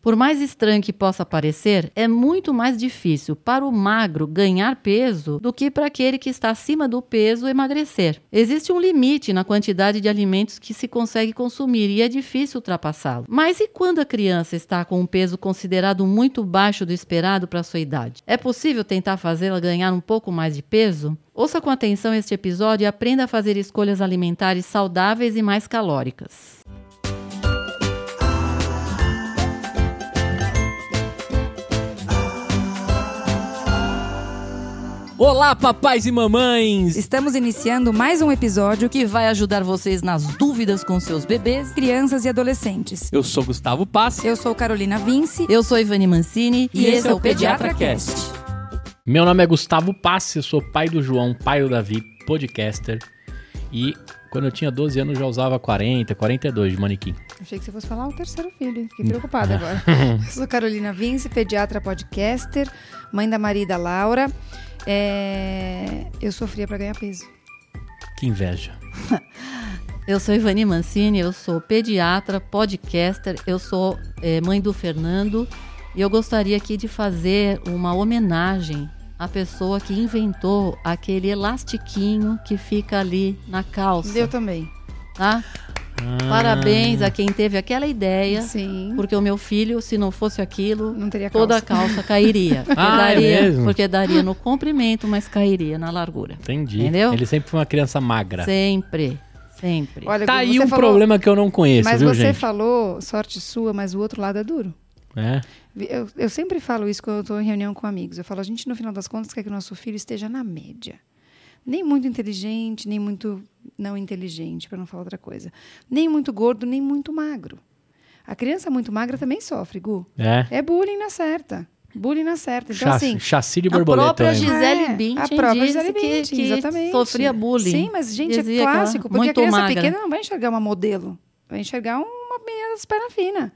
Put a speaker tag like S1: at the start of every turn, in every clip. S1: Por mais estranho que possa parecer, é muito mais difícil para o magro ganhar peso do que para aquele que está acima do peso emagrecer. Existe um limite na quantidade de alimentos que se consegue consumir e é difícil ultrapassá-lo. Mas e quando a criança está com um peso considerado muito baixo do esperado para sua idade? É possível tentar fazê-la ganhar um pouco mais de peso? Ouça com atenção este episódio e aprenda a fazer escolhas alimentares saudáveis e mais calóricas.
S2: Olá, papais e mamães!
S3: Estamos iniciando mais um episódio
S1: Que vai ajudar vocês nas dúvidas com seus bebês.
S3: Crianças e Adolescentes.
S2: Eu sou Gustavo Pass.
S3: Eu sou Carolina Vince.
S1: Eu sou Ivani Mancini
S3: E esse é o Pediatra
S2: Cast.
S4: Meu nome é Gustavo Passe, sou pai do João, pai do Davi, podcaster. E quando eu tinha 12 anos já usava 40, 42 de manequim.
S3: Achei que você fosse falar o terceiro filho. Fiquei
S4: Hum.
S3: preocupada agora. Eu sou Carolina Vince, pediatra podcaster, mãe da Maria e da Laura. É, Eu sofria pra ganhar peso.
S4: Que inveja.
S1: Eu sou Ivani Mancini, eu sou pediatra, podcaster, eu sou eh, mãe do Fernando e eu gostaria aqui de fazer uma homenagem à pessoa que inventou aquele elastiquinho que fica ali na calça,
S3: Eu também.
S1: tá?
S4: Ah,
S1: Parabéns a quem teve aquela ideia,
S3: Sim.
S1: porque o meu filho, se não fosse aquilo,
S3: Não teria calça.
S1: toda a calça cairia. Porque,
S4: Ah, é
S1: daria,
S4: mesmo?
S1: porque daria no comprimento, mas cairia na largura.
S4: Entendi.
S1: Entendeu?
S4: Ele sempre foi uma criança magra.
S1: Sempre, sempre.
S3: Olha,
S4: tá
S3: Gu,
S4: aí
S3: você
S4: um
S3: falou-
S4: problema que eu não conheço,
S3: Mas
S4: viu,
S3: você
S4: gente?
S3: falou, sorte sua, mas o outro lado é duro.
S4: É.
S3: Eu, eu sempre falo isso quando eu estou em reunião com amigos. Eu falo, a gente, no final das contas, quer que o nosso filho esteja na média. Nem muito inteligente, nem muito não inteligente, para não falar outra coisa. Nem muito gordo, nem muito magro. A criança muito magra também sofre, Gu.
S4: É.
S3: É bullying na certa. Bullying na certa. Então,
S4: Chassi,
S3: assim.
S4: chassi de
S1: A
S4: borboleta. né,
S1: própria
S4: eu lembro.
S1: Gisele
S3: é,
S1: Bündchen
S3: a própria
S1: disse
S3: Gisele
S1: que-
S3: Bündchen,
S1: que
S3: exatamente.
S1: sofria bullying.
S3: Sim, mas, gente,
S1: Dizia que
S3: é
S1: ela
S3: clássico. Porque a
S1: muito
S3: criança
S1: magra.
S3: pequena não vai enxergar uma modelo. Vai enxergar uma menina das pernas finas.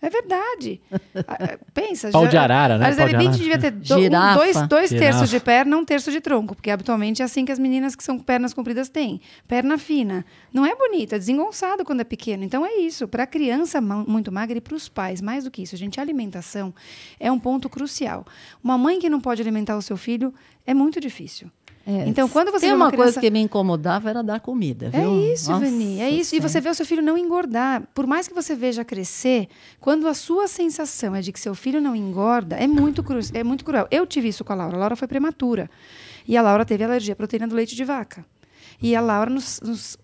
S3: É verdade. Ah, Pensa.
S4: Pau
S3: já-
S4: de arara, né?
S3: a
S4: Pau
S3: Gisele
S4: de
S3: Bündchen
S4: arara.
S3: devia ter do- um-
S1: Girafa.
S3: dois, dois
S4: Girafa.
S3: terços de perna, um terço de tronco, porque habitualmente é assim que as meninas que são com pernas compridas têm. Perna fina. Não é bonito, é desengonçado quando é pequeno. Então é isso. Para a criança ma- muito magra e para os pais, mais do que isso, gente, a alimentação é um ponto crucial. Uma mãe que não pode alimentar o seu filho é muito difícil.
S1: É,
S3: Então, quando você
S1: Tem
S3: vê
S1: uma,
S3: uma
S1: coisa
S3: criança-
S1: que me incomodava era dar comida, viu?
S3: É isso,
S1: Nossa
S3: Vani. É isso. E
S1: Senhora.
S3: você vê o seu filho não engordar. Por mais que você veja crescer, quando a sua sensação é de que seu filho não engorda, é muito, cru, é muito cruel. Eu tive isso com a Laura. A Laura foi prematura. E a Laura teve alergia à proteína do leite de vaca. E a Laura, nos, nos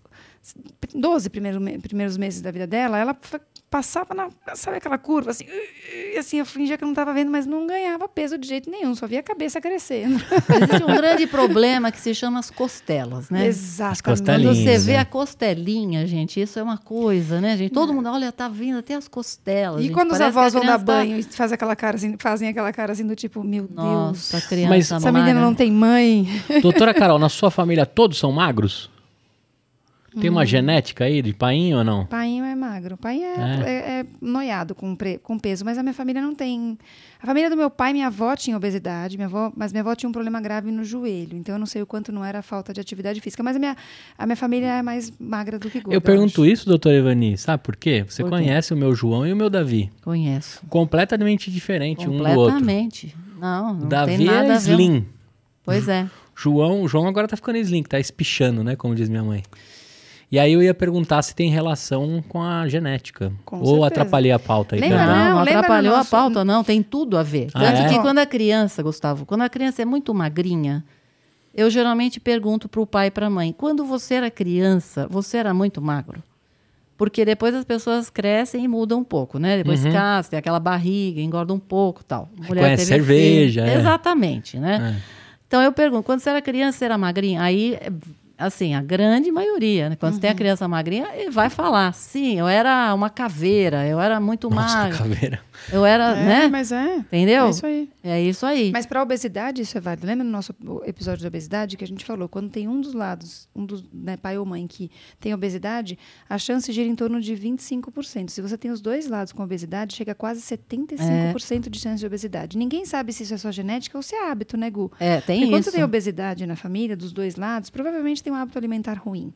S3: 12 primeiros, me- primeiros meses da vida dela, ela fa- passava na. Sabe aquela curva assim? E assim, eu fingia que não estava vendo, mas não ganhava peso de jeito nenhum, só via a cabeça crescendo.
S1: Existe um grande problema que se chama as costelas, né?
S3: Exatamente.
S1: Quando
S4: costelinhas.
S1: você
S4: Linhas,
S1: vê
S4: né?
S1: a costelinha, gente, isso é uma coisa, né, gente? Todo mundo, olha, tá vindo até as costelas.
S3: E
S1: gente.
S3: quando os
S1: Parece que
S3: avós
S1: a
S3: vão dar
S1: criança tá-
S3: banho e faz aquela cara assim- fazem aquela cara assim do tipo, meu
S1: Nossa, a
S3: Deus,
S1: criança né?
S4: Mas-
S3: essa menina
S1: magra.
S3: não tem mãe.
S4: Doutora Carol, na sua família todos são magros? Tem
S3: Hum.
S4: uma genética aí de painho ou não?
S3: Painho é magro, painho é, é- é noiado com, pre- com peso, mas a minha família não tem. A família do meu pai, minha avó tinha obesidade, minha avó, mas minha avó tinha um problema grave no joelho, então eu não sei o quanto não era a falta de atividade física, mas a minha, a minha família é mais magra do que gorda.
S4: Eu pergunto
S3: acho.
S4: isso, doutora Ivani, sabe por quê? Você
S1: Por quê?
S4: conhece o meu João e o meu Davi.
S1: Conheço.
S4: Completamente diferente um do outro.
S1: Completamente. Não, não tem
S4: Davi
S1: nada
S4: é
S1: a ver.
S4: slim.
S1: Pois é.
S4: João, o João agora tá ficando slim, que tá espichando, né? Como diz minha mãe. E aí eu ia perguntar se tem relação com a genética.
S3: Com
S4: Ou
S3: certeza.
S4: atrapalhei a pauta aí.
S3: Lembra,
S1: Não,
S4: perdão.
S3: né?
S1: Então, não,
S3: lembra no
S1: atrapalhou
S3: nosso-
S1: a pauta, não, tem tudo a ver.
S4: Ah,
S1: Tanto
S4: é?
S1: que quando a criança, Gustavo, quando a criança é muito magrinha, eu geralmente pergunto para o pai e para a mãe: quando você era criança, você era muito magro? Porque depois as pessoas crescem e mudam um pouco, né? Depois casam, tem aquela barriga, engorda um pouco tal. teve
S4: Reconhece cerveja,
S1: filho.
S4: é.
S1: Exatamente, né? Então eu pergunto: quando você era criança, você era magrinha? Aí, é, assim, a grande maioria, né? Quando você
S3: Uhum.
S1: tem a criança magrinha, ele vai falar: sim, eu era uma caveira, eu era muito
S4: Nossa,
S1: magra.
S4: caveira.
S1: Eu era,
S3: É,
S1: né?
S3: Mas é.
S1: Entendeu?
S3: É isso aí.
S1: É isso aí.
S3: Mas para obesidade isso é válido. Lembra no nosso episódio de obesidade que a gente falou quando tem um dos lados, um dos né, pai ou mãe que tem obesidade, a chance gira em torno de 25%. Se você tem os dois lados com obesidade, chega a quase 75%
S1: É.
S3: de chance de obesidade. Ninguém sabe se isso é só genética ou se é hábito, né, Gu?
S1: É, tem
S3: Porque quando
S1: isso.
S3: você tem obesidade na família, dos dois lados, provavelmente tem um hábito alimentar ruim.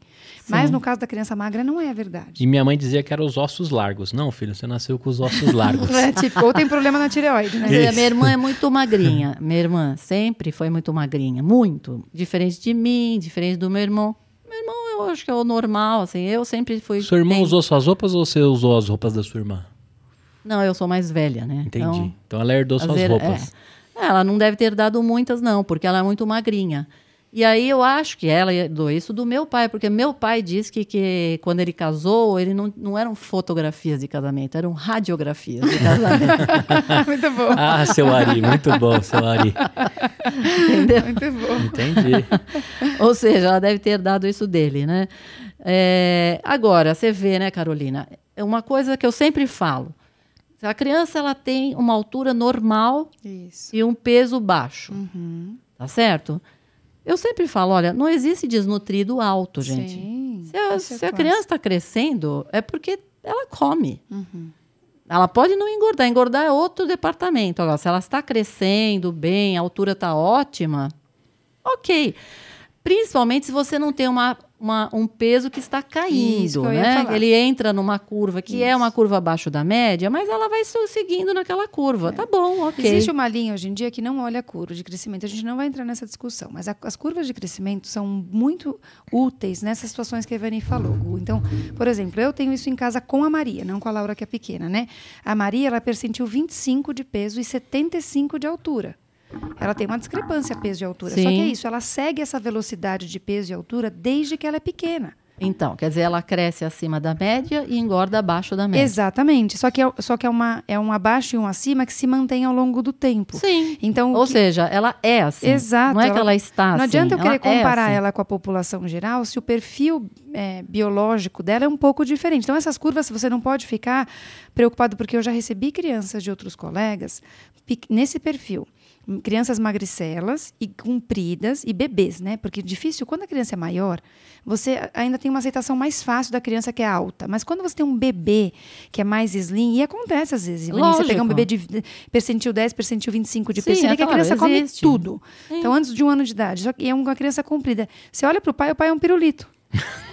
S3: Mas no caso da criança magra, não é a verdade.
S4: E minha mãe dizia que eram os ossos largos. Não, filho, você nasceu com os ossos largos.
S3: É, tipo, ou tem problema na tireoide, né?
S1: Mas a minha irmã é muito magrinha. Minha irmã sempre foi muito magrinha, muito. Diferente de mim, diferente do meu irmão. Meu irmão, eu acho que é o normal, assim. Eu sempre fui.
S4: Seu irmão
S1: bem-
S4: usou suas roupas ou você usou as roupas da sua irmã?
S1: Não, eu sou mais velha, né?
S4: Entendi.
S1: Então,
S4: Então, ela herdou
S1: às
S4: suas
S1: vezes-
S4: roupas.
S1: é. Ela não deve ter dado muitas, não, porque ela é muito magrinha. E aí eu acho que ela herdou isso do meu pai, porque meu pai disse que, que quando ele casou, ele não, não eram fotografias de casamento, eram radiografias de casamento.
S3: Muito bom.
S4: Ah, seu Ari, muito bom, seu Ari.
S3: Muito bom.
S4: Entendi.
S1: Ou seja, ela deve ter dado isso dele, né? É, agora, você vê, né, Carolina? É uma coisa que eu sempre falo. A criança ela tem uma altura normal
S3: Isso.
S1: e um peso baixo.
S3: Uhum.
S1: Tá certo? Eu sempre falo, olha, não existe desnutrido alto, gente.
S3: Sim,
S1: Se a,
S3: isso é
S1: se a
S3: clássico.
S1: criança está crescendo, é porque ela come.
S3: Uhum.
S1: Ela pode não engordar. Engordar é outro departamento. Agora, se ela está crescendo bem, a altura está ótima, ok. Principalmente se você não tem uma, uma- um peso que está caindo,
S3: Isso que eu ia
S1: né?
S3: falar.
S1: Ele entra numa curva que é
S3: Isso.
S1: uma curva abaixo da média, mas ela vai so- seguindo naquela curva. Tá bom, ok.
S3: Existe uma linha hoje em dia que não olha a curva de crescimento. A gente não vai entrar nessa discussão, mas a- as curvas de crescimento são muito úteis nessas situações que a Evani falou. Gu. Então, por exemplo, eu tenho isso em casa com a Maria, não com a Laura que é pequena, né? A Maria, ela percentiu 25 de peso e 75 de altura. Ela tem uma discrepância peso e altura. Só que
S1: Sim.
S3: é isso, ela segue essa velocidade de peso e altura desde que ela é pequena.
S1: Então, quer dizer, ela cresce acima da média e engorda abaixo da média.
S3: Exatamente. Só que, é, só que é, uma, é um abaixo e um acima que se mantém ao longo do tempo.
S1: Sim.
S3: Então,
S1: Ou
S3: que-
S1: seja, ela é assim.
S3: Exato,
S1: Não é que
S3: ela-
S1: ela está
S3: Não
S1: assim.
S3: adianta eu
S1: ela
S3: querer
S1: é
S3: comparar
S1: assim.
S3: ela com a população geral se o perfil é, biológico dela é um pouco diferente. Então, essas curvas você não pode ficar preocupado, porque eu já recebi crianças de outros colegas pe- nesse perfil. M- Crianças magricelas e compridas e bebês, né? Porque difícil, quando a criança é maior, você a- ainda tem uma aceitação mais fácil da criança que é alta. Mas quando você tem um bebê que é mais slim, e acontece às vezes, Ivani, você
S1: Lógico.
S3: pegar um bebê de v- percentil 10, percentil 25 de
S1: Sim,
S3: peso, você
S1: é
S3: vê que a
S1: claro,
S3: criança come
S1: existe.
S3: tudo tudo. Então, antes de um ano de idade. Só que é uma criança comprida. Você olha pro pai, o pai é um pirulito.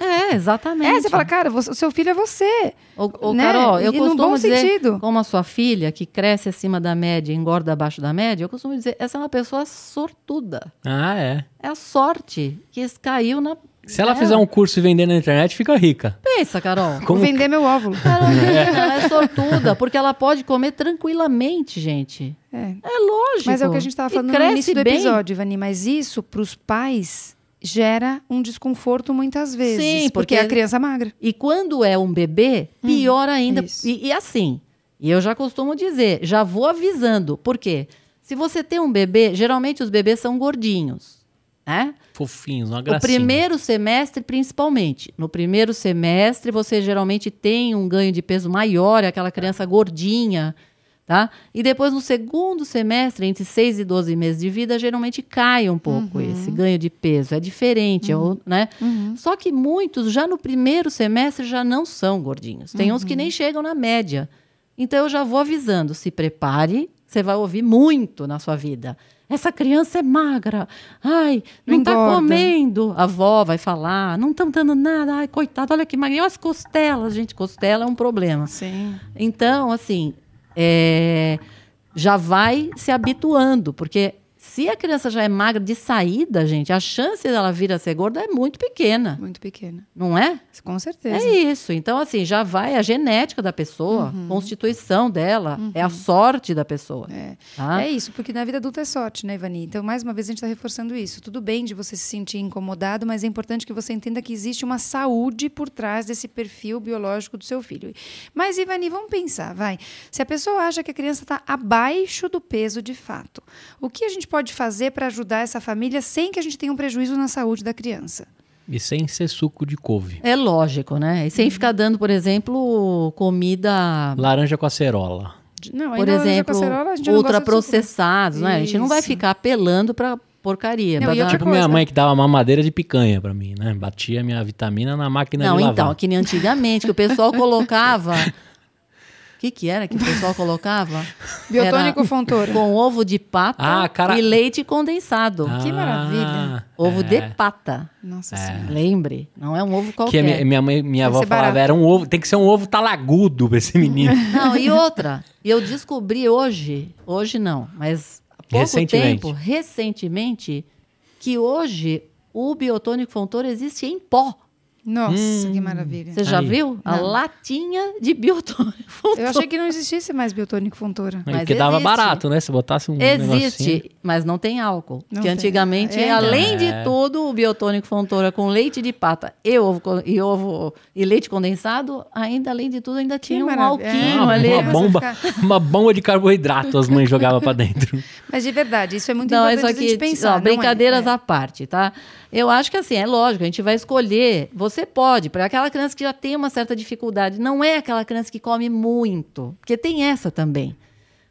S1: É, exatamente.
S3: É, você fala, cara, você- o seu filho é você.
S1: Ô, ô,
S3: né?
S1: Carol, eu
S3: E num
S1: costumo
S3: bom
S1: dizer,
S3: sentido.
S1: como a sua filha, que cresce acima da média e engorda abaixo da média, eu costumo dizer, essa é uma pessoa sortuda.
S4: Ah, é.
S1: É a sorte que es- caiu na...
S4: Se ela
S1: nela.
S4: fizer um curso e vender na internet, fica rica.
S1: Pensa, Carol.
S4: Como-
S3: Vou vender meu óvulo.
S1: Tipo, Carolina, ela é sortuda, porque ela pode comer tranquilamente, gente.
S3: É.
S1: É lógico.
S3: Mas é o que a gente estava
S1: E
S3: falando no
S1: cresce
S3: início do
S1: bem.
S3: episódio, Ivani. Mas isso, pros pais, gera um desconforto muitas vezes.
S1: Sim, porque-
S3: porque é a criança magra.
S1: E quando é um bebê, pior ainda.
S3: isso.
S1: E, e assim, e eu já costumo dizer, já vou avisando. Por quê? Se você tem um bebê, geralmente os bebês são gordinhos, né?
S4: Fofinhos, uma
S1: No
S4: gracinha.
S1: primeiro semestre, principalmente. No primeiro semestre, você geralmente tem um ganho de peso maior, é aquela criança gordinha, tá? E depois, no segundo semestre, entre 6 e 12 meses de vida, geralmente cai um pouco esse ganho de peso. É diferente, é o- né? Só que muitos, já no primeiro semestre, já não são gordinhos. Tem uns que nem chegam na média. Então, eu já vou avisando, se prepare, você vai ouvir muito na sua vida. Essa criança é magra. Ai, não tá está
S3: Engorda.
S1: comendo. A avó vai falar, não estão dando nada. Ai, coitado, olha que magrinha. Olha as costelas, gente. Costela é um problema.
S3: Sim.
S1: Então, assim, é, já vai se habituando, porque se a criança já é magra de saída, gente, a chance dela vir a ser gorda é muito pequena,
S3: Muito pequena.
S1: não é?
S3: Com certeza.
S1: É isso. Então, assim, já vai a genética da pessoa,
S3: Uhum.
S1: a constituição dela, é a sorte da pessoa.
S3: É.
S1: tá?
S3: É isso, porque na vida adulta é sorte, né, Ivani? Então, mais uma vez, a gente está reforçando isso. Tudo bem de você se sentir incomodado, mas é importante que você entenda que existe uma saúde por trás desse perfil biológico do seu filho. Mas, Ivani, vamos pensar, vai. Se a pessoa acha que a criança está abaixo do peso de fato, o que a gente pode fazer para ajudar essa família sem que a gente tenha um prejuízo na saúde da criança?
S4: E sem ser suco de couve.
S1: É lógico, né? E sem
S3: Uhum.
S1: ficar dando, por exemplo, comida,
S4: Laranja com acerola.
S3: De- Não,
S1: por
S3: ainda laranja
S1: exemplo,
S3: cacerola, a gente não gosta de açúcar.
S1: ultraprocessados, né? A gente não vai
S3: Isso.
S1: ficar apelando pra porcaria.
S3: Não,
S1: pra
S3: e
S1: dar-
S3: outra
S4: Tipo minha
S3: coisa.
S4: mãe que dava mamadeira de picanha pra mim, né? Batia minha vitamina na máquina
S1: Não,
S4: de
S1: então,
S4: lavar.
S1: que nem antigamente, que o pessoal colocava que, que era que o pessoal colocava?
S3: né? Biotônico Fontoura.
S1: Era com ovo de pata
S2: Ah, cara- Ah,
S1: e leite condensado.
S4: Ah,
S3: que maravilha.
S1: Ovo
S2: é.
S1: de pata.
S3: Nossa
S4: É.
S3: Senhora.
S1: Lembre, não é um ovo
S2: Que a
S1: qualquer.
S2: minha, minha mãe, minha
S3: Deve
S2: avó
S3: ser
S2: falava,
S3: barato.
S2: era um ovo, tem que ser um ovo talagudo pra esse menino.
S1: Não, e outra, eu descobri hoje, hoje não, mas há pouco
S2: Recentemente.
S1: tempo, recentemente, que hoje o biotônico Fontoura existe em pó.
S3: Nossa, que maravilha.
S1: Hum. Você já
S2: Aí.
S1: viu? A
S3: Não.
S1: latinha de biotônico Fontoura.
S3: Eu achei que não existisse mais biotônico Fontoura.
S1: Mas
S2: Porque dava
S1: existe.
S2: barato, né? Se botasse um negocinho.
S1: Existe, mas não tem álcool.
S3: Não
S1: que
S3: tem.
S1: antigamente,
S3: É, então.
S1: além
S2: É.
S1: de tudo, o biotônico Fontoura com leite de pata e ovo co- e, ovo, e leite condensado, ainda além de tudo, ainda tinha um
S3: maravilha.
S4: Ah,
S1: alquinho
S3: É,
S1: ali.
S3: uma
S2: uma,
S3: você
S2: bomba,
S3: fica-
S2: uma bomba de carboidrato as mães jogavam pra dentro.
S3: Mas de verdade, isso é muito
S1: Não, é
S3: importante
S1: só
S3: a
S1: que,
S3: gente pensar.
S1: ó,
S3: não é?
S1: brincadeiras
S3: É.
S1: à parte, tá? Eu acho que assim, é lógico, a gente vai escolher. Você pode, para aquela criança que já tem uma certa dificuldade, não é aquela criança que come muito, porque tem essa também.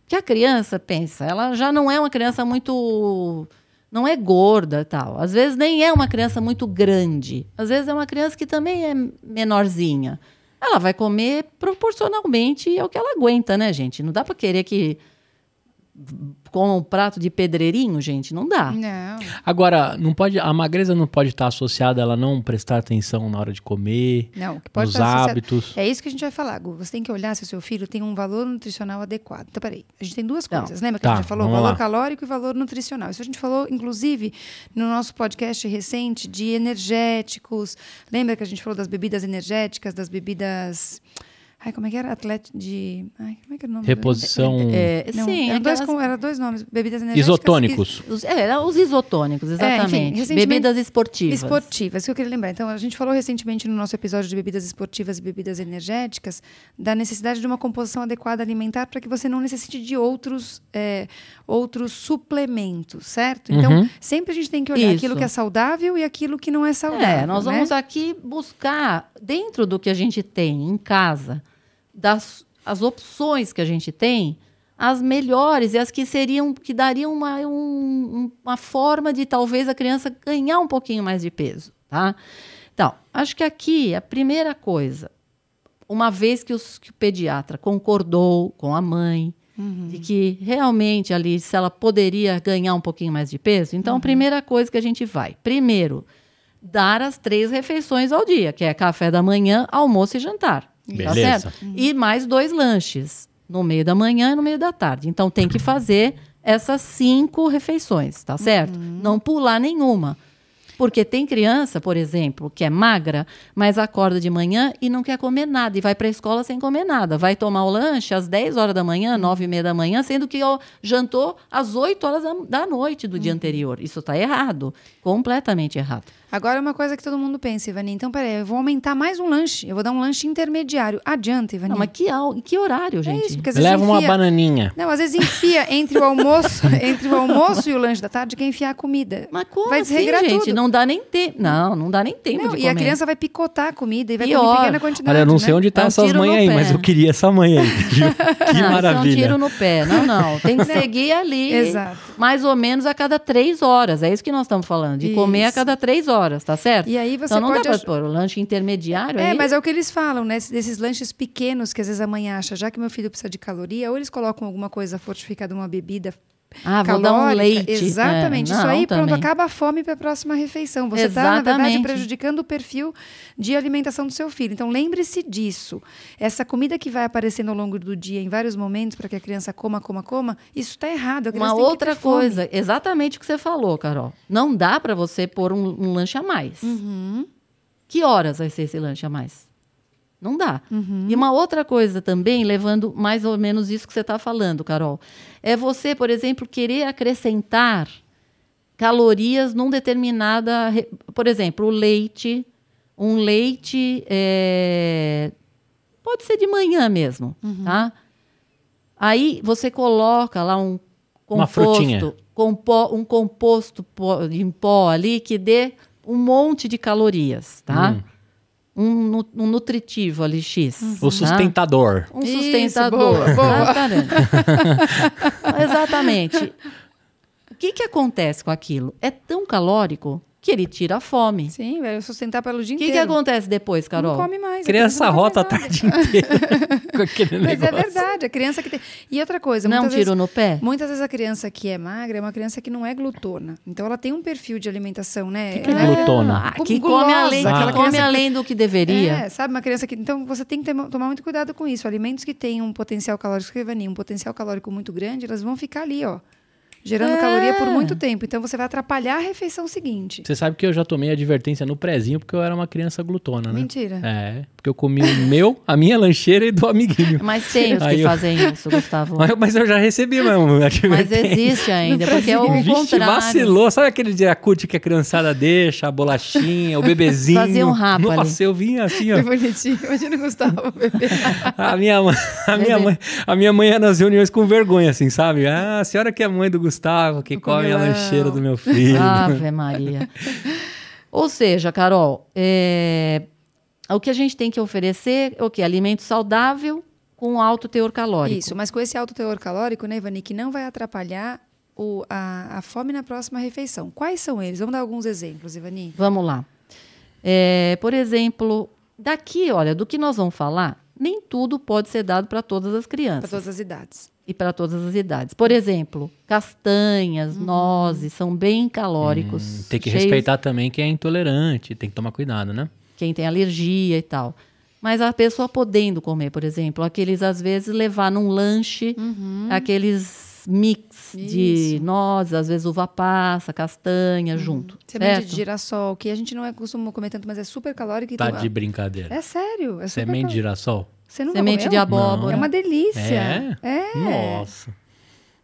S1: Porque a criança, pensa, ela já não é uma criança muito. Não é gorda tal. Às vezes nem é uma criança muito grande. Às vezes é uma criança que também é menorzinha. Ela vai comer proporcionalmente ao que ela aguenta, né, gente? Não dá para querer que com um prato de pedreirinho, gente, não dá.
S3: Não.
S4: Agora, não pode, a magreza não pode estar associada a ela não prestar atenção na hora de comer,
S3: Não, o que pode
S4: nos
S3: estar associado-
S4: hábitos.
S3: É isso que a gente vai falar, Gu. Você tem que olhar se o seu filho tem um valor nutricional adequado. Então, peraí, a gente tem duas
S1: Não.
S3: coisas. Lembra que a
S4: Tá,
S3: gente já falou?
S4: vamos
S3: Valor
S4: lá.
S3: calórico e valor nutricional. Isso a gente falou, inclusive, no nosso podcast recente de energéticos. Lembra que a gente falou das bebidas energéticas, das bebidas. Ai, como é que era? Atleta de. Ai, como é que era o nome?
S4: Reposição.
S1: Hum, É,
S3: Não,
S1: sim,
S3: eram,
S1: aquelas,
S3: dois, com- eram dois nomes. Bebidas energéticas. e-
S4: Isotônicos.
S1: os, é, eram os isotônicos, exatamente.
S3: É, recentemente-
S1: Bebidas esportivas.
S3: Esportivas, que eu queria lembrar. Então, a gente falou recentemente no nosso episódio de bebidas esportivas e bebidas energéticas da necessidade de uma composição adequada alimentar para que você não necessite de outros, é, outros suplementos, certo? Então, sempre a gente tem que olhar
S1: Uhum. Isso.
S3: aquilo que é saudável e aquilo que não é saudável.
S1: É, nós
S3: né?
S1: vamos aqui buscar, dentro do que a gente tem em casa, das as opções que a gente tem, as melhores e as que seriam, que dariam uma, um- uma forma de talvez a criança ganhar um pouquinho mais de peso, tá? Então, acho que aqui a primeira coisa, uma vez que, os- que o pediatra concordou com a mãe, de que realmente ali, se ela poderia ganhar um pouquinho mais de peso, então a primeira coisa que a gente vai, primeiro, dar as três refeições ao dia, que é café da manhã, almoço e jantar. Tá
S4: Beleza.
S1: certo? E mais dois lanches, no meio da manhã e no meio da tarde. Então tem que fazer essas cinco refeições, tá certo? Não pular nenhuma. Porque tem criança, por exemplo, que é magra, mas acorda de manhã e não quer comer nada e vai para a escola sem comer nada. Vai tomar o lanche às 10 horas da manhã,
S3: Uhum.
S1: 9 e meia da manhã, sendo que ó, jantou às 8 horas da, da noite do
S3: Uhum.
S1: dia anterior. Isso está errado. Completamente errado.
S3: Agora é uma coisa que todo mundo pensa, Ivani. Então, peraí, eu vou aumentar mais um lanche. Eu vou dar um lanche intermediário. Adianta, Ivani.
S1: Não, mas que, au- que horário,
S3: é
S1: gente?
S3: isso, porque às vezes
S4: Leva uma
S3: enfia-
S4: bananinha.
S3: Não, às vezes enfia entre o almoço, entre o almoço e o lanche da tarde, quer enfiar a comida.
S1: Mas como
S3: Vai
S1: assim,
S3: desregrar
S1: gente?
S3: tudo.
S1: Não dá nem tempo. Não, não dá nem tempo
S3: Não,
S1: de
S3: e
S1: comer.
S3: a criança vai picotar a comida e vai
S1: Pior.
S3: comer pequena quantidade.
S4: Olha, eu não sei
S3: né?
S4: onde tá
S1: É um
S4: essas
S1: tiro no
S4: mães aí,
S1: pé.
S4: mas eu queria essa mãe aí. viu? que
S1: não, Isso é um
S4: maravilha.
S1: tiro no pé. Não, não. Tem que seguir ali.
S3: Exato.
S1: Mais ou menos a cada três horas. É isso que nós estamos falando. De comer a
S3: Isso.
S1: cada três horas, tá certo?
S3: E aí você
S1: então não
S3: pode
S1: dá pra
S3: aj-
S1: pôr o lanche intermediário
S3: É,
S1: aí.
S3: mas é o que eles falam, né? Esses- Desses lanches pequenos que às vezes a mãe acha, já que meu filho precisa de caloria, ou eles colocam alguma coisa fortificada, uma bebida.
S1: Ah, vou
S3: calórica.
S1: dar um leite.
S3: Exatamente.
S1: É,
S3: isso
S1: não,
S3: aí, pronto,
S1: também.
S3: acaba a fome para a próxima refeição. Você está, na verdade,
S1: Exatamente.
S3: prejudicando o perfil de alimentação do seu filho. Então, lembre-se disso. Essa comida que vai aparecendo ao longo do dia, em vários momentos, para que a criança coma, coma, coma, isso está errado. A criança
S1: Uma
S3: tem que
S1: outra
S3: ter fome.
S1: coisa, exatamente o que você falou, Carol. Não dá pra você pôr um, um lanche a mais.
S3: Uhum.
S1: Que horas vai ser esse lanche a mais? Não dá.
S3: Uhum.
S1: E uma outra coisa também, levando mais ou menos isso que você está falando, Carol, é você, por exemplo, querer acrescentar calorias num determinada. re- Por exemplo, o leite. Um leite. eh, Pode ser de manhã mesmo, tá? Aí você coloca lá um
S4: Uma frutinha.
S1: composto, compo- um composto pó- em pó ali que dê um monte de calorias, tá?
S4: Hum.
S1: Um, nu- um nutritivo ali X.
S4: O
S1: tá?
S4: sustentador.
S1: Um
S3: Isso,
S1: sustentador.
S3: boa, boa.
S1: tá Exatamente. Exatamente. O que, que acontece com aquilo? É tão calórico que ele tira a fome.
S3: Sim, velho, sustentar pelo dia
S1: O que,
S3: inteiro.
S1: que acontece depois, Carol?
S3: Não come mais. a
S2: Criança
S3: não come
S2: rota a
S3: mais nada.
S2: tarde inteira com aquele
S3: Mas é
S2: negócio.
S3: verdade, a criança que tem. E outra coisa,
S1: Não
S3: muitas
S1: tiro
S3: vezes,
S1: no pé?
S3: muitas vezes a criança que é magra é uma criança que não é glutona. Então ela tem um perfil de alimentação, né?
S2: Que que é
S3: Ela
S2: glutona?
S1: Ah, que
S3: Gulosa,
S1: come além,
S3: aquela
S1: que come
S3: criança que-
S1: além do que deveria.
S3: É, sabe, uma criança que. Então você tem que ter- tomar muito cuidado com isso. Alimentos que têm um potencial calórico, que um potencial calórico muito grande, elas vão ficar ali, ó. Gerando
S1: É.
S3: caloria por muito tempo. Então você vai atrapalhar a refeição seguinte.
S4: Você sabe que eu já tomei advertência no prezinho porque eu era uma criança glutona, né?
S3: Mentira.
S4: É, porque eu comi o meu, a minha lancheira e do amiguinho.
S1: Mas tem os que
S4: Aí eu-
S1: fazem isso, Gustavo.
S4: Mas, mas eu já recebi mesmo. né?
S1: Mas
S4: advertência.
S1: existe ainda, porque é o
S4: Vixe,
S1: contrário.
S4: vacilou. Sabe aquele de acute que a criançada deixa, a bolachinha, o bebezinho?
S1: Fazia um rapa ali. um
S4: Nossa, eu vinha assim, ó.
S3: Que bonitinho. Imagina o Gustavo beber.
S4: A minha, mãe, a, minha mãe, a minha mãe ia nas reuniões com vergonha, assim, sabe? Ah, a senhora que é mãe do Gustavo, que come a
S3: comilão.
S4: lancheira do meu filho.
S1: Ave Maria. Ou seja, Carol, é, o que a gente tem que oferecer é o quê? Alimento saudável com alto teor calórico.
S3: Isso, mas com esse alto teor calórico, né, Ivani, que não vai atrapalhar o- a, a fome na próxima refeição. Quais são eles? Vamos dar alguns exemplos, Ivani.
S1: Vamos lá. É, por exemplo, daqui, olha, do que nós vamos falar, nem tudo pode ser dado para todas as
S3: Para
S1: crianças
S3: todas as idades.
S1: e para todas as idades. Por exemplo, castanhas,
S3: Uhum.
S1: nozes, são bem calóricos.
S4: Hum, Tem que
S1: cheios-
S4: respeitar também quem é intolerante, tem que tomar cuidado, né?
S1: quem tem alergia e tal. Mas a pessoa podendo comer, por exemplo, aqueles às vezes levar num lanche,
S3: Uhum.
S1: aqueles mix de nozes, às vezes uva passa, castanha junto.
S3: Uhum. Semente
S1: certo?
S3: de girassol, que a gente não é costuma comer tanto, mas é super calórico. e
S4: Tá
S3: tu-
S4: de brincadeira.
S3: É sério. É super
S4: Semente de
S3: calórico.
S4: girassol?
S3: Você nunca
S1: Semente
S3: comeu?
S1: de abóbora.
S3: É uma delícia.
S4: É?
S3: É.
S4: Nossa.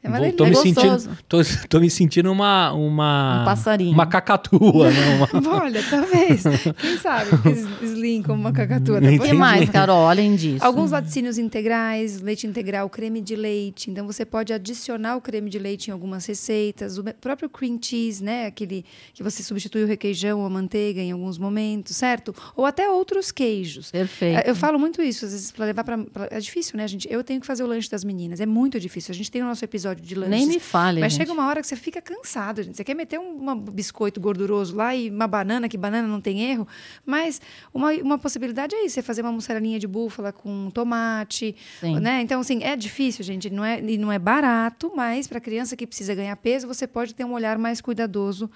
S3: É uma
S4: Vou-
S3: delícia.
S4: tô, me
S1: É
S4: sentindo,
S1: gostoso.
S4: tô, tô me sentindo uma, uma...
S1: Um passarinho.
S4: Uma cacatua, né? Uma-
S3: Olha, talvez. Quem sabe? fiz Slim como uma cacatua.
S1: O que mais, Carol, além disso?
S3: Alguns laticínios integrais, leite integral, creme de leite. Então você pode adicionar o creme de leite em algumas receitas. O me- próprio cream cheese, né? Aquele que você substitui o requeijão ou a manteiga em alguns momentos, certo? Ou até outros queijos.
S1: Perfeito.
S3: É, Eu falo muito isso, às vezes, para levar para. É difícil, né, gente? Eu tenho que fazer o lanche das meninas. É muito difícil. A gente tem o nosso episódio de lanches.
S1: Nem me fale,
S3: Mas
S1: gente.
S3: chega uma hora que você fica cansado, gente. Você quer meter um uma biscoito gorduroso lá e uma banana, que banana não tem erro. Mas uma, uma possibilidade é isso, você fazer uma mussarelinha de búfala com tomate,
S1: Sim.
S3: né? Então, assim, é difícil, gente. Não é, e não é barato, mas para criança que precisa ganhar peso, você pode ter um olhar mais cuidadoso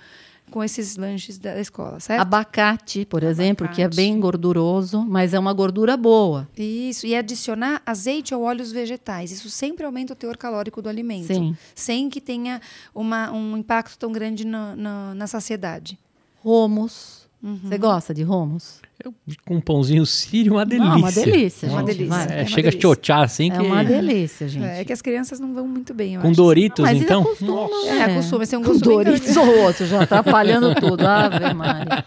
S3: com esses lanches da escola, certo?
S1: Abacate, por exemplo, que é
S3: Abacate.
S1: bem gorduroso, mas é uma gordura boa.
S3: Isso, e adicionar azeite ou óleos vegetais. Isso sempre aumenta o teor calórico do alimento.
S1: Sim.
S3: Sem que tenha uma, um impacto tão grande na, na, na saciedade.
S1: Romos.
S3: Uhum.
S1: Você gosta de romos?
S4: Eu- com um pãozinho sírio, uma delícia.
S1: Ah, uma delícia,
S4: Nossa,
S1: uma delícia.
S4: é,
S3: É uma
S4: chega
S3: delícia.
S4: a tchotchar assim
S1: É
S4: que...
S1: uma delícia, gente.
S3: É, é que as crianças não vão muito bem, eu
S4: Com
S3: acho.
S4: Doritos,
S1: Mas
S4: então?
S1: eles acostumam,
S4: Nossa.
S1: né?
S3: É, costuma ser um
S1: Com
S3: gosto bem
S1: Doritos ou outro, já atrapalhando tudo. Ave Maria.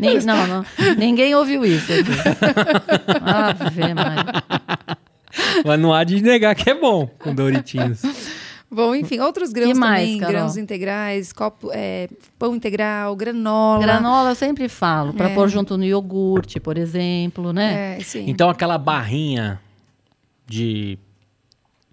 S1: Nem- não, não, ninguém ouviu isso aqui. Ave Maria.
S4: Mas não há de negar que é bom com Doritinhos.
S3: Bom, enfim, outros grãos
S1: mais,
S3: também,
S1: Carol?
S3: grãos integrais, copo, é, pão integral, granola.
S1: Granola eu sempre falo, para pôr junto no iogurte, por exemplo, né?
S3: É, sim.
S4: Então aquela barrinha de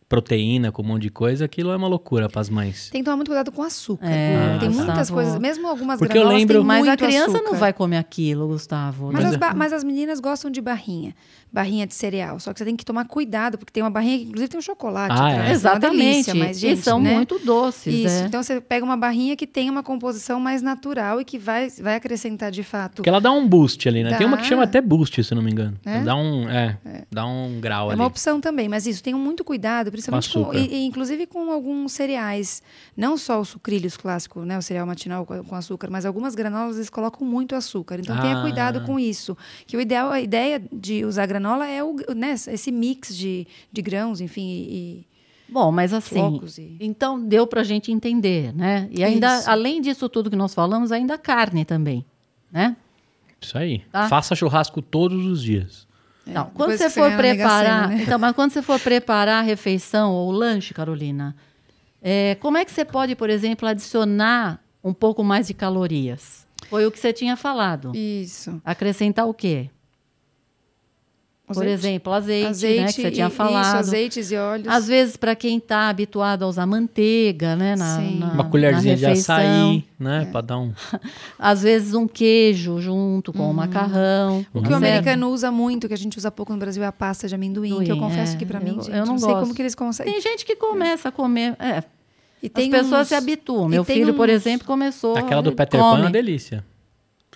S4: proteína com um monte de coisa, aquilo é uma loucura pras mães.
S3: Tem que tomar muito cuidado com açúcar. né?
S1: É,
S3: tem muitas
S1: Gustavo.
S3: coisas, mesmo algumas
S4: Ah, Porque eu
S3: granolas
S4: lembro- é
S3: tem
S1: Mas a
S3: muito
S1: criança
S3: açúcar.
S1: não vai comer aquilo, Gustavo.
S3: Mas,
S1: né?
S3: as ba- mas as meninas gostam de barrinha, barrinha de cereal. Só que você tem que tomar cuidado, porque tem uma barrinha que inclusive tem um chocolate.
S4: Ah,
S3: atrás,
S4: é.
S1: Exatamente.
S3: Uma delícia, mas, gente,
S1: e são
S3: né?
S1: muito doces,
S3: Isso.
S1: é.
S3: Então você pega uma barrinha que tem uma composição mais natural e que vai, vai acrescentar de fato.
S4: Porque ela dá um boost ali, né? Tem uma que
S3: Dá.
S4: chama até boost, se não me engano.
S3: É?
S4: Dá um, é, dá um grau
S3: É
S4: ali.
S3: uma opção também, mas isso, tenham muito cuidado, principalmente
S4: Com
S3: com,
S4: açúcar.
S3: e, e inclusive com alguns cereais. Não só os sucrilhos clássico, né? O cereal matinal com com açúcar, mas algumas granolas eles colocam muito açúcar. Então tenha
S4: Ah.
S3: cuidado com isso. Que o ideal, a ideia de usar granola é o, né, esse mix de, de grãos, enfim, e,
S1: Bom, mas
S3: e
S1: assim,
S3: flocos. E...
S1: então deu pra gente entender, né? E ainda,
S3: Isso.
S1: além disso tudo que nós falamos, ainda a carne também, né?
S4: Isso aí.
S1: Tá.
S4: Faça churrasco todos os dias.
S1: Então,
S3: É, depois
S1: quando
S3: que
S1: você
S3: você
S1: for
S3: ganhar na Mega
S1: preparar,
S3: Sena, né?
S1: então, mas quando você for preparar a refeição ou o lanche, Carolina, é, como é que você pode, por exemplo, adicionar um pouco mais de calorias? Foi o que você tinha falado.
S3: Isso.
S1: Acrescentar o quê? Por
S3: Azeite.
S1: exemplo, azeite,
S3: azeite
S1: né, que você
S3: e-
S1: tinha
S3: isso,
S1: falado.
S3: azeites e óleos.
S1: Às vezes, para quem está habituado a usar manteiga, né? Na,
S3: Sim.
S1: na-
S4: Uma colherzinha
S1: na
S4: de
S1: refeição.
S4: açaí, né? Pra dar um.
S1: Às vezes, um queijo junto com o macarrão.
S3: Uhum. O que
S1: tá
S3: o
S1: certo?
S3: americano usa muito, que a gente usa pouco no Brasil, é a pasta de amendoim, que eu
S1: Amendoim,
S3: confesso
S1: é.
S3: que pra mim,
S1: Eu-
S3: gente,
S1: eu não
S3: sei
S1: gosto.
S3: como que eles conseguem.
S1: Tem gente que começa a comer. é,
S3: E
S1: as pessoas se habituam. Meu
S3: e tem
S1: filho, por
S3: uns-
S1: exemplo, começou.
S4: Aquela do
S1: ele
S4: Peter Pan é
S1: come.
S4: uma delícia.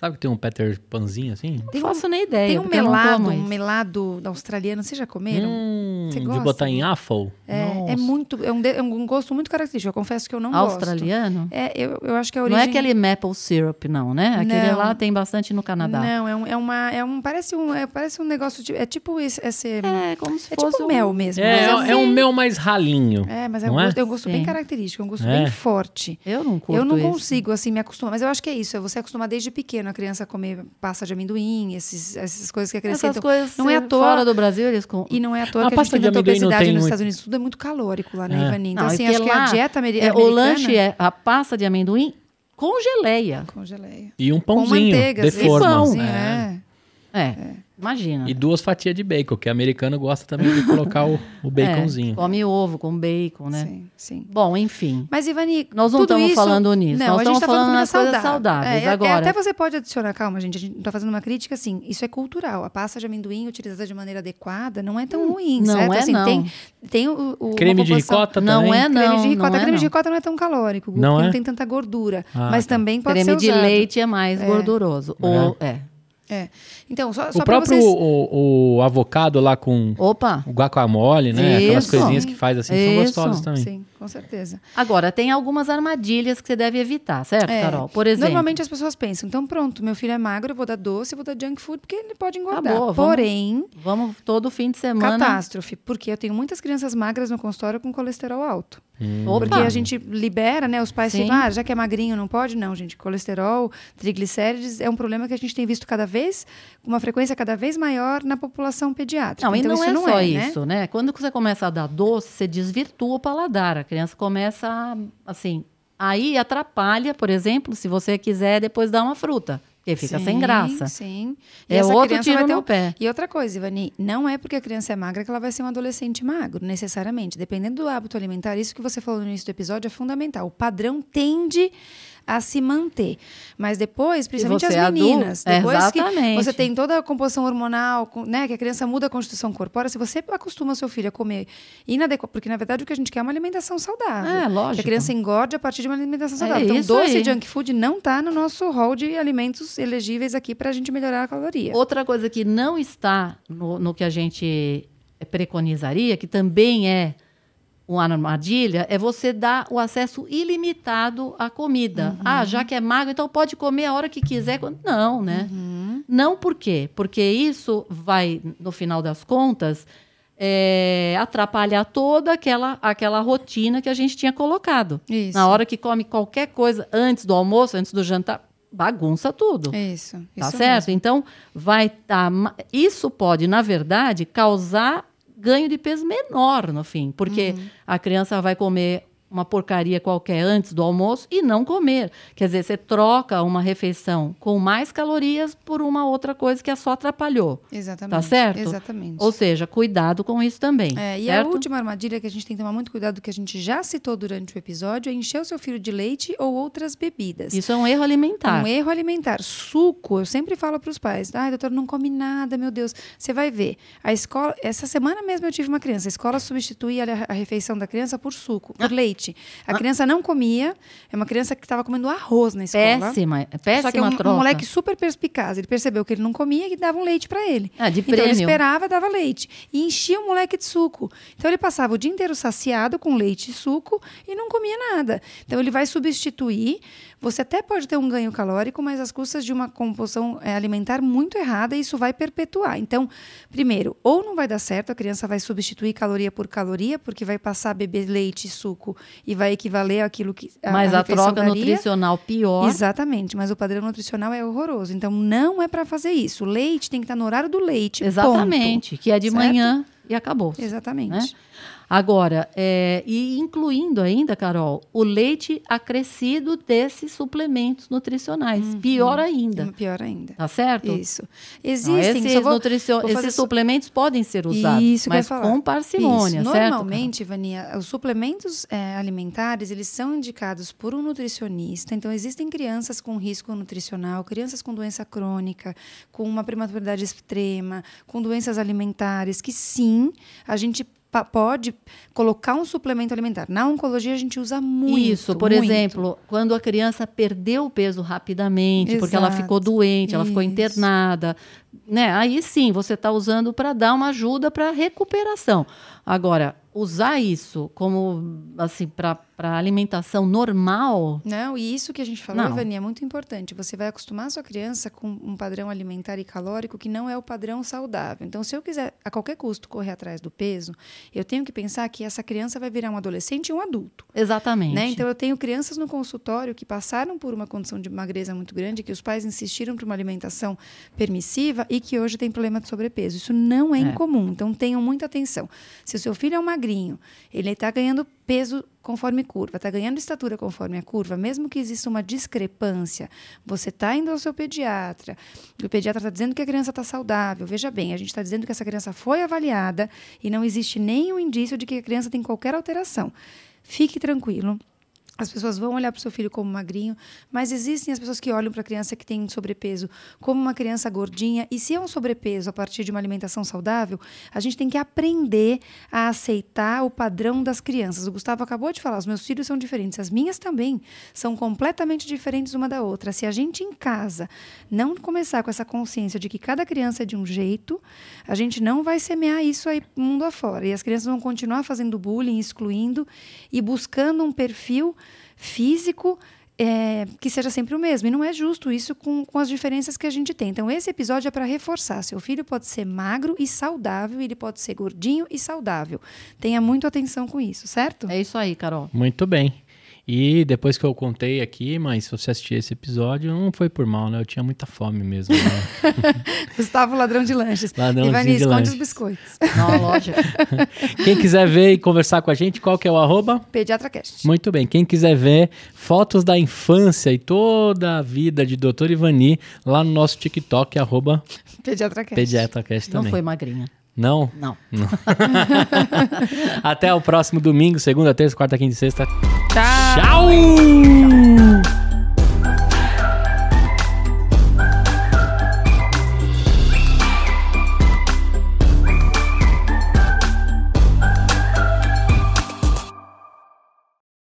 S4: Sabe que tem um Peter Panzinho assim?
S1: Não faço nem ideia.
S3: Tem um
S1: porque eu não
S3: melado,
S1: como
S3: um
S1: isso.
S3: melado da australiana, vocês já comeram?
S4: Hum,
S3: Você
S4: de
S3: gosta? né?
S4: botar em waffle?
S3: é, é
S4: Nossa.
S3: muito, é um, de- é um gosto muito característico, eu confesso que eu não gosto.
S1: australiano?
S3: É, eu, eu acho que a
S1: Não é
S3: origem...
S1: aquele maple syrup, não, né? Aquele
S3: Não.
S1: lá tem bastante no Canadá.
S3: Não, é um, é uma, é um, parece um, é, parece um negócio, de, é tipo esse, esse é,
S1: É como se fosse
S3: tipo
S1: um-
S3: mel mesmo.
S4: É,
S3: mas assim.
S4: é um meu mais ralinho.
S3: é, mas é um
S4: não é?
S3: gosto, é um gosto bem
S1: Sim.
S3: característico, é um gosto
S4: É.
S3: bem forte.
S1: Eu não curto
S3: eu não
S1: isso.
S3: consigo, assim, me acostumar. Mas eu acho que é isso. É você acostumar desde pequeno a criança a comer pasta de amendoim, esses, essas coisas que
S1: Essas
S3: acrescentam.
S1: coisas
S3: não é à toa-
S1: fora do Brasil, eles com...
S3: E não é à
S4: A
S3: toa que a gente
S4: pasta
S3: tem
S4: de
S3: tanta
S4: amendoim não
S3: obesidade
S4: tem
S3: nos
S4: muito-
S3: Estados Unidos. Tudo é muito calórico lá, né,
S4: É.
S3: Ivani? Então,
S1: Não,
S3: assim,
S1: porque
S3: acho que a
S1: lá
S3: dieta ameri-
S1: é,
S3: americana...
S1: O lanche é a pasta de amendoim com geleia.
S3: Com geleia.
S4: E um
S3: Com
S4: pãozinho
S3: manteiga,
S4: de
S3: às vezes,
S4: forma.
S3: pãozinho,
S4: É.
S3: é.
S1: É, imagina.
S4: E duas fatias de bacon, que americano gosta também de colocar o, o baconzinho.
S1: É, come ovo com bacon, né?
S3: Sim, sim.
S1: Bom, enfim.
S3: Mas, Ivani,
S1: Nós não
S3: tudo
S1: estamos
S3: isso-
S1: falando nisso,
S3: Não,
S1: nós
S3: a gente
S1: estamos
S3: tá
S1: falando
S3: comida
S1: nas coisas
S3: saudável.
S1: saudáveis
S3: É, é-
S1: agora.
S3: Até você pode adicionar, calma, gente, a gente não tá fazendo uma crítica, assim, isso é cultural. A pasta de amendoim utilizada de maneira adequada não é tão ruim,
S1: não
S3: certo?
S1: é,
S3: assim,
S1: não.
S3: Tem, tem o, o- uma
S4: Creme de
S3: população-
S4: ricota
S1: Não
S4: também?
S1: é não,
S3: creme de ricota.
S1: não é
S3: creme de
S1: não.
S3: ricota não é tão calórico, Gu,
S4: Não
S3: porque
S4: é?
S3: não tem tanta gordura.
S4: Ah,
S3: mas
S4: tá.
S3: também pode ser
S1: Creme de
S3: usado.
S1: leite é mais gorduroso. Ou, é.
S3: É. Então, só, só
S4: O
S3: pra
S4: próprio
S3: vocês...
S4: o, o avocado lá com
S1: Opa!
S4: o guacamole, né? Aquelas
S1: Isso.
S4: coisinhas que faz assim,
S1: Isso.
S4: são gostosas também.
S3: Sim, com certeza.
S1: Agora, tem algumas armadilhas que você deve evitar, certo,
S3: É.
S1: Carol? Por exemplo,
S3: Normalmente as pessoas pensam, então pronto, meu filho é magro, eu vou dar doce, eu vou dar junk food, porque ele pode engordar.
S1: Acabou, Tá vamos-
S3: Porém,
S1: vamos todo fim de semana.
S3: catástrofe, porque eu tenho muitas crianças magras no consultório com colesterol alto.
S1: Opa!
S3: Porque a gente libera, né? Os pais
S1: Sim.
S3: ficam, ah, já que é magrinho, não pode? Não, gente. Colesterol, triglicérides é um problema que a gente tem visto cada vez, com uma frequência cada vez maior na população pediátrica.
S1: Não,
S3: então,
S1: e não
S3: isso
S1: é
S3: não
S1: só
S3: é, né?
S1: isso, né? Quando você começa a dar doce, você desvirtua o paladar. A criança começa a, assim. Aí atrapalha, por exemplo, se você quiser depois dar uma fruta, porque fica é sem
S3: Sim,
S1: graça.
S3: Sim.
S1: É outro
S3: criança
S1: tiro
S3: vai ter
S1: no
S3: um-
S1: pé.
S3: E outra coisa, Ivani, não é porque a criança é magra que ela vai ser um adolescente magro, necessariamente. Dependendo do hábito alimentar, isso que você falou no início do episódio é fundamental. O padrão tende a se manter. Mas depois, principalmente
S1: você é
S3: as
S1: adulto,
S3: meninas,
S1: é,
S3: depois que
S1: exatamente.
S3: você tem toda a composição hormonal, com- né, que a criança muda a constituição corpórea, se você acostuma seu filho a comer inadequado, porque na verdade o que a gente quer é uma alimentação saudável.
S1: É,
S3: Que
S1: lógico.
S3: a criança engorde a partir de uma alimentação
S1: É
S3: saudável. então,
S1: isso
S3: doce
S1: aí.
S3: de junk food não está no nosso hall de alimentos elegíveis aqui para a gente melhorar a caloria.
S1: Outra coisa que não está no, no que a gente preconizaria, que também é uma armadilha, é você dar o acesso ilimitado à comida. Ah, já que é magro, então pode comer a hora que quiser. quando- Não, né? Não por quê? Porque isso vai, no final das contas, é, atrapalhar toda aquela, aquela rotina que a gente tinha colocado.
S3: Isso.
S1: Na hora que come qualquer coisa antes do almoço, antes do jantar, bagunça tudo.
S3: Isso.
S1: Tá
S3: isso
S1: certo? Então, vai tá, ma- isso pode, na verdade, causar ganho de peso menor no fim, porque
S3: Uhum.
S1: a criança vai comer uma porcaria qualquer antes do almoço e não comer. Quer dizer, você troca uma refeição com mais calorias por uma outra coisa que só atrapalhou.
S3: mesmo. Exatamente.
S1: Tá certo?
S3: Exatamente.
S1: Ou seja, cuidado com isso também.
S3: É, e a
S1: certo?
S3: última armadilha que a gente tem que tomar muito cuidado, que a gente já citou durante o episódio, é encher o seu filho de leite ou outras bebidas.
S1: Isso é um erro alimentar.
S3: Um erro alimentar. Suco, eu sempre falo para os pais: ai, doutor, não come nada, meu Deus. Você vai ver. A escola, essa semana mesmo eu tive uma criança. A escola substituía a- a refeição da criança por suco,
S1: Ah.
S3: por leite. A criança não comia, é uma criança que estava comendo arroz na escola.
S1: péssima, péssima
S3: Só que é um, um
S1: troca.
S3: moleque super perspicaz. Ele percebeu que ele não comia e dava um leite para ele.
S1: Ah, de
S3: então ele
S1: prêmio.
S3: esperava, dava leite. E enchia o moleque de suco. Então ele passava o dia inteiro saciado com leite e suco e não comia nada. Então ele vai substituir. Você até pode ter um ganho calórico, mas às custas de uma composição eh, alimentar muito errada, e isso vai perpetuar. Então, primeiro, ou não vai dar certo, a criança vai substituir caloria por caloria, porque vai passar a beber leite e suco e vai equivaler àquilo que.
S1: Mas a,
S3: refeição
S1: troca
S3: daria.
S1: nutricional pior.
S3: Exatamente, mas o padrão nutricional é horroroso. Então não é para fazer isso. O tá leite tem que estar no horário do leite. Tipo, ponto.
S1: Exatamente, que é de
S3: Certo?
S1: manhã e acabou.
S3: Exatamente.
S1: né? Agora, é, e incluindo ainda, Carol, o leite acrescido desses suplementos nutricionais. Pior ainda.
S3: Pior ainda.
S1: Tá certo?
S3: Uhum. Isso.
S1: Não,
S3: Existem,
S1: esses
S3: só vou-
S1: nutricio-
S3: vou fazer
S1: esses
S3: só-
S1: suplementos podem ser usados,
S3: Isso que eu ia
S1: mas
S3: falar.
S1: com parcimônia,
S3: Isso.
S1: certo?
S3: Normalmente, Vania, os suplementos eh, alimentares, eles são indicados por um nutricionista. Então, existem crianças com risco nutricional, crianças com doença crônica, com uma prematuridade extrema, com doenças alimentares, que sim, a gente pa- pode colocar um suplemento alimentar. Na oncologia, a gente usa muito.
S1: Isso, por
S3: muito.
S1: exemplo, quando a criança perdeu o peso rapidamente, porque ela
S3: Exato.
S1: ficou doente, ela ficou
S3: Isso.
S1: internada, né? Aí sim, você está usando para dar uma ajuda para recuperação. Agora, usar isso como assim para alimentação normal,
S3: Não, e isso que a gente falou,
S1: Não.
S3: Ivani, é muito importante. Você vai acostumar a sua criança com um padrão alimentar e calórico que não é o padrão saudável. Então, se eu quiser a qualquer custo correr atrás do peso, eu tenho que pensar que essa criança vai virar um adolescente e um adulto.
S1: exatamente.
S3: Né? Então, eu tenho crianças no consultório que passaram por uma condição de magreza muito grande, que os pais insistiram para uma alimentação permissiva e que hoje tem problema de sobrepeso. Isso não é, incomum, então tenham muita atenção. Se o seu filho é um magrinho, ele está ganhando peso conforme curva, está ganhando estatura conforme a curva, mesmo que exista uma discrepância, você está indo ao seu pediatra, e o pediatra está dizendo que a criança está saudável. Veja bem, a gente está dizendo que essa criança foi avaliada e não existe nenhum indício de que a criança tem qualquer alteração. Fique tranquilo. As pessoas vão olhar para o seu filho como magrinho, mas existem as pessoas que olham para a criança que tem um sobrepeso como uma criança gordinha. E se é um sobrepeso a partir de uma alimentação saudável, a gente tem que aprender a aceitar o padrão das crianças. O Gustavo acabou de falar, os meus filhos são diferentes, as minhas também são completamente diferentes uma da outra. Se a gente em casa não começar com essa consciência de que cada criança é de um jeito, a gente não vai semear isso aí mundo afora. E as crianças vão continuar fazendo bullying, excluindo e buscando um perfil físico é, que seja sempre o mesmo. E não é justo isso com, com as diferenças que a gente tem. Então, esse episódio é para reforçar. Seu filho pode ser magro e saudável, e ele pode ser gordinho e saudável. Tenha muito atenção com isso, certo?
S1: É isso aí, Carol.
S4: Muito bem. E depois que eu contei aqui, mas se você assistir esse episódio, não foi por mal, né? Eu tinha muita fome mesmo. Né?
S3: Gustavo, ladrão de lanches.
S4: Ladrãozinho
S3: Ivani,
S4: de
S3: esconde
S4: lanches.
S3: os biscoitos.
S1: Não, lógico.
S4: Quem quiser ver e conversar com a gente, qual que é o arroba?
S3: Pediatra Cast.
S4: Muito bem. Quem quiser ver fotos da infância e toda a vida de Dr. Ivani lá no nosso TikTok, arroba
S3: Pediatra Cast.
S4: PediatraCast
S1: não
S4: também.
S1: foi magrinha.
S4: Não?
S1: Não.
S4: Até o próximo domingo, segunda, terça, quarta, quinta e sexta.
S3: Tchau.
S4: Tchau!